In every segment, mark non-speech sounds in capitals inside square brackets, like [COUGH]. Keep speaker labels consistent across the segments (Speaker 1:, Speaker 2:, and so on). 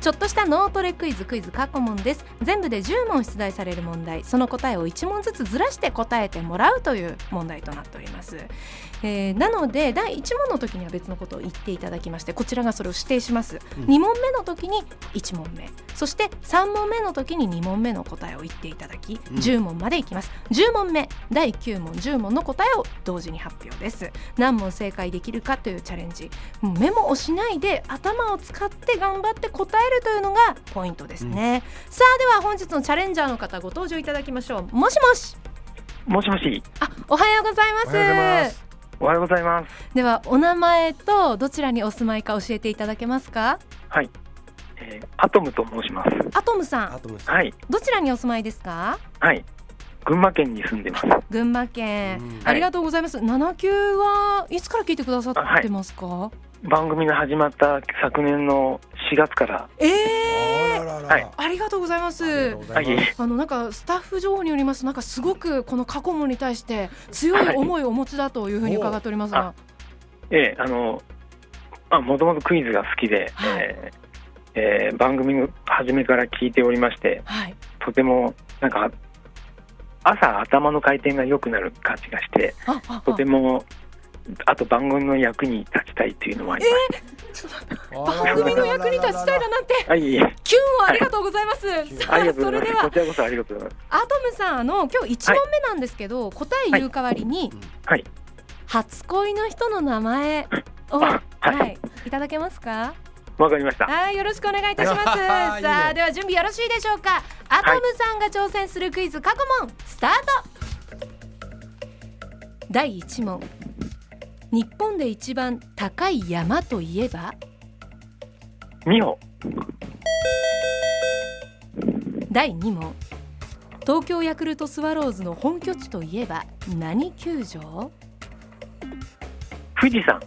Speaker 1: ちょっとした脳トレクイズクイズ過去問です全部で10問出題される問題その答えを1問ずつずらして答えてもらうという問題となっております、えーなので第1問の時には別のことを言っていただきましてこちらがそれを指定します、
Speaker 2: うん
Speaker 1: 2問目の時に1問目そして3問目の時に2問目の答えを言っていただき
Speaker 2: うん
Speaker 1: 10問までいきます10問目第9問10問の答えを同時に発表です何問正解できるかというチャレンジもうメモをしないで頭を使って頑張って答えるというのがポイントですね、さあでは本日のチャレンジャーの方ご登場いただきましょうもしもし
Speaker 3: もしもし、
Speaker 1: あおはようござい
Speaker 2: おはようござい
Speaker 1: ま
Speaker 2: ますす。
Speaker 3: おはようございます。
Speaker 1: ではお名前とどちらにお住まいか教えていただけますか
Speaker 3: えーアトムと申します。
Speaker 1: アトムさん
Speaker 2: アトムさん。。
Speaker 3: はいい、
Speaker 1: どちらにお住まいですか
Speaker 3: はい。群馬県に住んでます。
Speaker 1: 群馬県、
Speaker 2: うん
Speaker 1: ありがとうございます7級はいつから聞いてくださってますか、
Speaker 3: 番組が始まった昨年の4月から、
Speaker 1: え
Speaker 2: あ
Speaker 1: えー、
Speaker 2: ららら。
Speaker 3: はい
Speaker 1: ありがとうございま
Speaker 2: ありが
Speaker 1: す
Speaker 2: とうござ
Speaker 3: はいい
Speaker 2: ます。、
Speaker 1: あのなんかスタッフ情報によりますとなんかすごくこの過去問に対して強い思いをお持ちだというふうに伺っておりますが、
Speaker 3: えーあの、あ、もともとクイズが好きで、
Speaker 1: はい
Speaker 3: えーえー番組の初めから聞いておりまして、
Speaker 1: はい、
Speaker 3: とても、なんか、朝頭の回転が良くなる感じがして、
Speaker 1: ああ
Speaker 3: とても、あと番組の役に立ちたいというのもありま
Speaker 1: あ番組の役に立ちたいだなんて
Speaker 3: す。はい、えいえ
Speaker 1: キュンをありがとうございます、
Speaker 2: い
Speaker 1: さ
Speaker 3: ありが
Speaker 1: あ
Speaker 3: とうご
Speaker 1: そ
Speaker 3: ざ
Speaker 1: れ
Speaker 3: いま。
Speaker 1: ですは
Speaker 3: こちらこそありがとうございます。
Speaker 1: アトムさんあの今日1問目なんですけど、答え言う代わりに、
Speaker 3: はい。
Speaker 1: 初恋の人の名前を、は
Speaker 3: あはい
Speaker 1: い、いただけますか
Speaker 3: わかりました。
Speaker 1: はい、よろしくお願いいたします。
Speaker 2: [LAUGHS] は
Speaker 1: さ
Speaker 2: いいい
Speaker 1: あ、
Speaker 2: ね
Speaker 1: では準備よろしいでしょうか。アトムさんが挑戦するクイズ過去問、スタート。第一問。日本で一番高い山といえば、
Speaker 3: みほ、
Speaker 1: 第二問。東京ヤクルトスワローズの本拠地といえば何球場
Speaker 3: 富士山、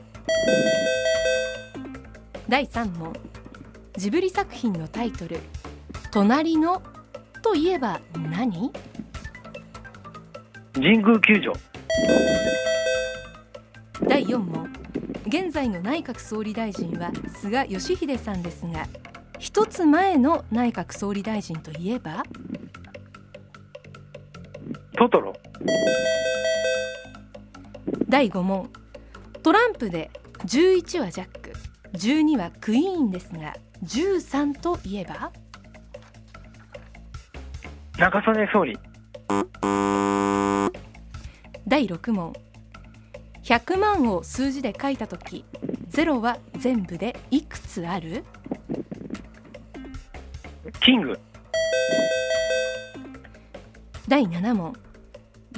Speaker 1: 第三問ジブリ作品のタイトル「隣の」といえば何
Speaker 3: 神宮球場。
Speaker 1: 第4問現在の内閣総理大臣は菅義偉さんですが一つ前の内閣総理大臣といえば
Speaker 3: トトロ、
Speaker 1: 第5問トランプで11はジャック12はクイーンですが13といえば
Speaker 3: 中曽根総理、
Speaker 1: 第6問100万を数字で書いた時0は全部でいくつある
Speaker 3: キング、
Speaker 1: 第7問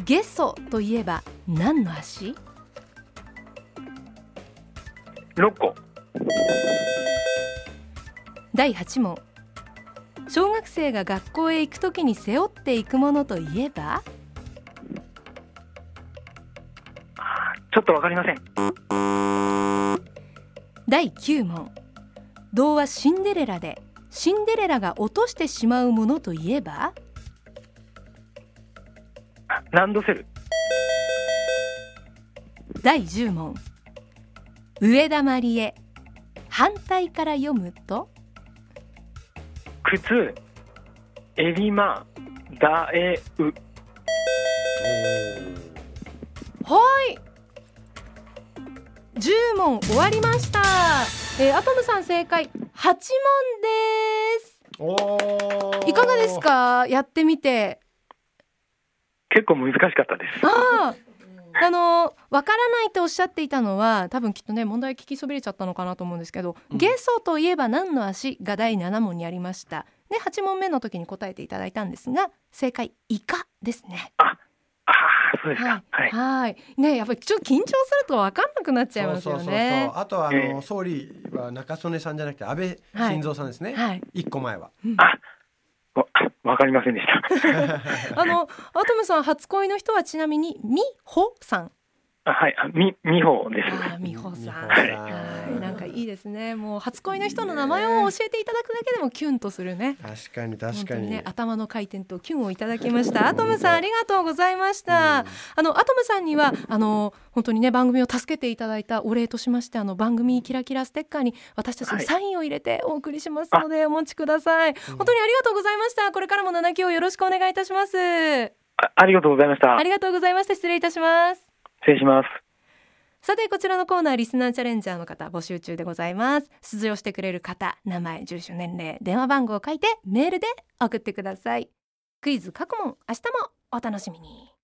Speaker 1: ゲソといえば何の足
Speaker 3: ロッコ、
Speaker 1: 第8問小学生が学校へ行くときに背負っていくものといえば
Speaker 3: ちょっとわかりません。
Speaker 1: 第9問童話「シンデレラ」でシンデレラが落としてしまうものといえば
Speaker 3: ランドセル、
Speaker 1: 第10問上田まりえ反対から読むと
Speaker 3: 靴、エリマ、ダエウ、
Speaker 1: はい10問終わりました、えーアトムさん正解8問です
Speaker 2: おー
Speaker 1: いかがです。かやってみて
Speaker 3: 結構難しかったです。
Speaker 1: あああのわからないとおっしゃっていたのは多分きっとね問題聞きそびれちゃったのかなと思うんですけど「
Speaker 2: うん
Speaker 1: ゲソといえば何の足?」が第7問にありましたで8問目の時に答えていただいたんですが正解「イカ」ですね。
Speaker 3: ああ、そうですか。はい。
Speaker 1: はいねやっぱりちょっと緊張すると分かんなくなっちゃいますよ
Speaker 2: そうそうそうそ
Speaker 1: ね
Speaker 2: う。。あとはあの、
Speaker 3: ええ
Speaker 2: 総理は中曽根さんじゃなくて安倍
Speaker 1: はい
Speaker 2: 晋三さんですね。
Speaker 1: はい、
Speaker 2: 一個前は。
Speaker 3: あ、わわかりませんでした。
Speaker 1: あのアトムさん初恋の人はちなみにみほさん
Speaker 3: あはい、あみ美穂です。
Speaker 1: あー美穂さん。
Speaker 2: 美穂さん
Speaker 1: はい、なんかいいですね。もう初恋の人の名前を教えていただくだけでもキュンとするね。
Speaker 2: 確かに
Speaker 1: 本
Speaker 2: 確
Speaker 1: 当
Speaker 2: かに。
Speaker 1: ね、頭の回転とキュンをいただきました。アトムさんありがとうございました。あのアトムさんにはあの本当にね番組を助けていただいたお礼としましてあの番組キラキラステッカーに私たちの
Speaker 3: はい
Speaker 1: サインを入れてお送りしますのでお待ちください。本当にありがとうございました。これからも七級をよろしくお願いいたします。
Speaker 3: あありがとうございました
Speaker 1: あ。りがとうございました。失礼いたします。
Speaker 3: 失礼します。
Speaker 1: さてこちらのコーナーリスナーチャレンジャーの方募集中でございます出場してくれる方名前住所年齢電話番号を書いてメールで送ってくださいクイズ各問明日もお楽しみに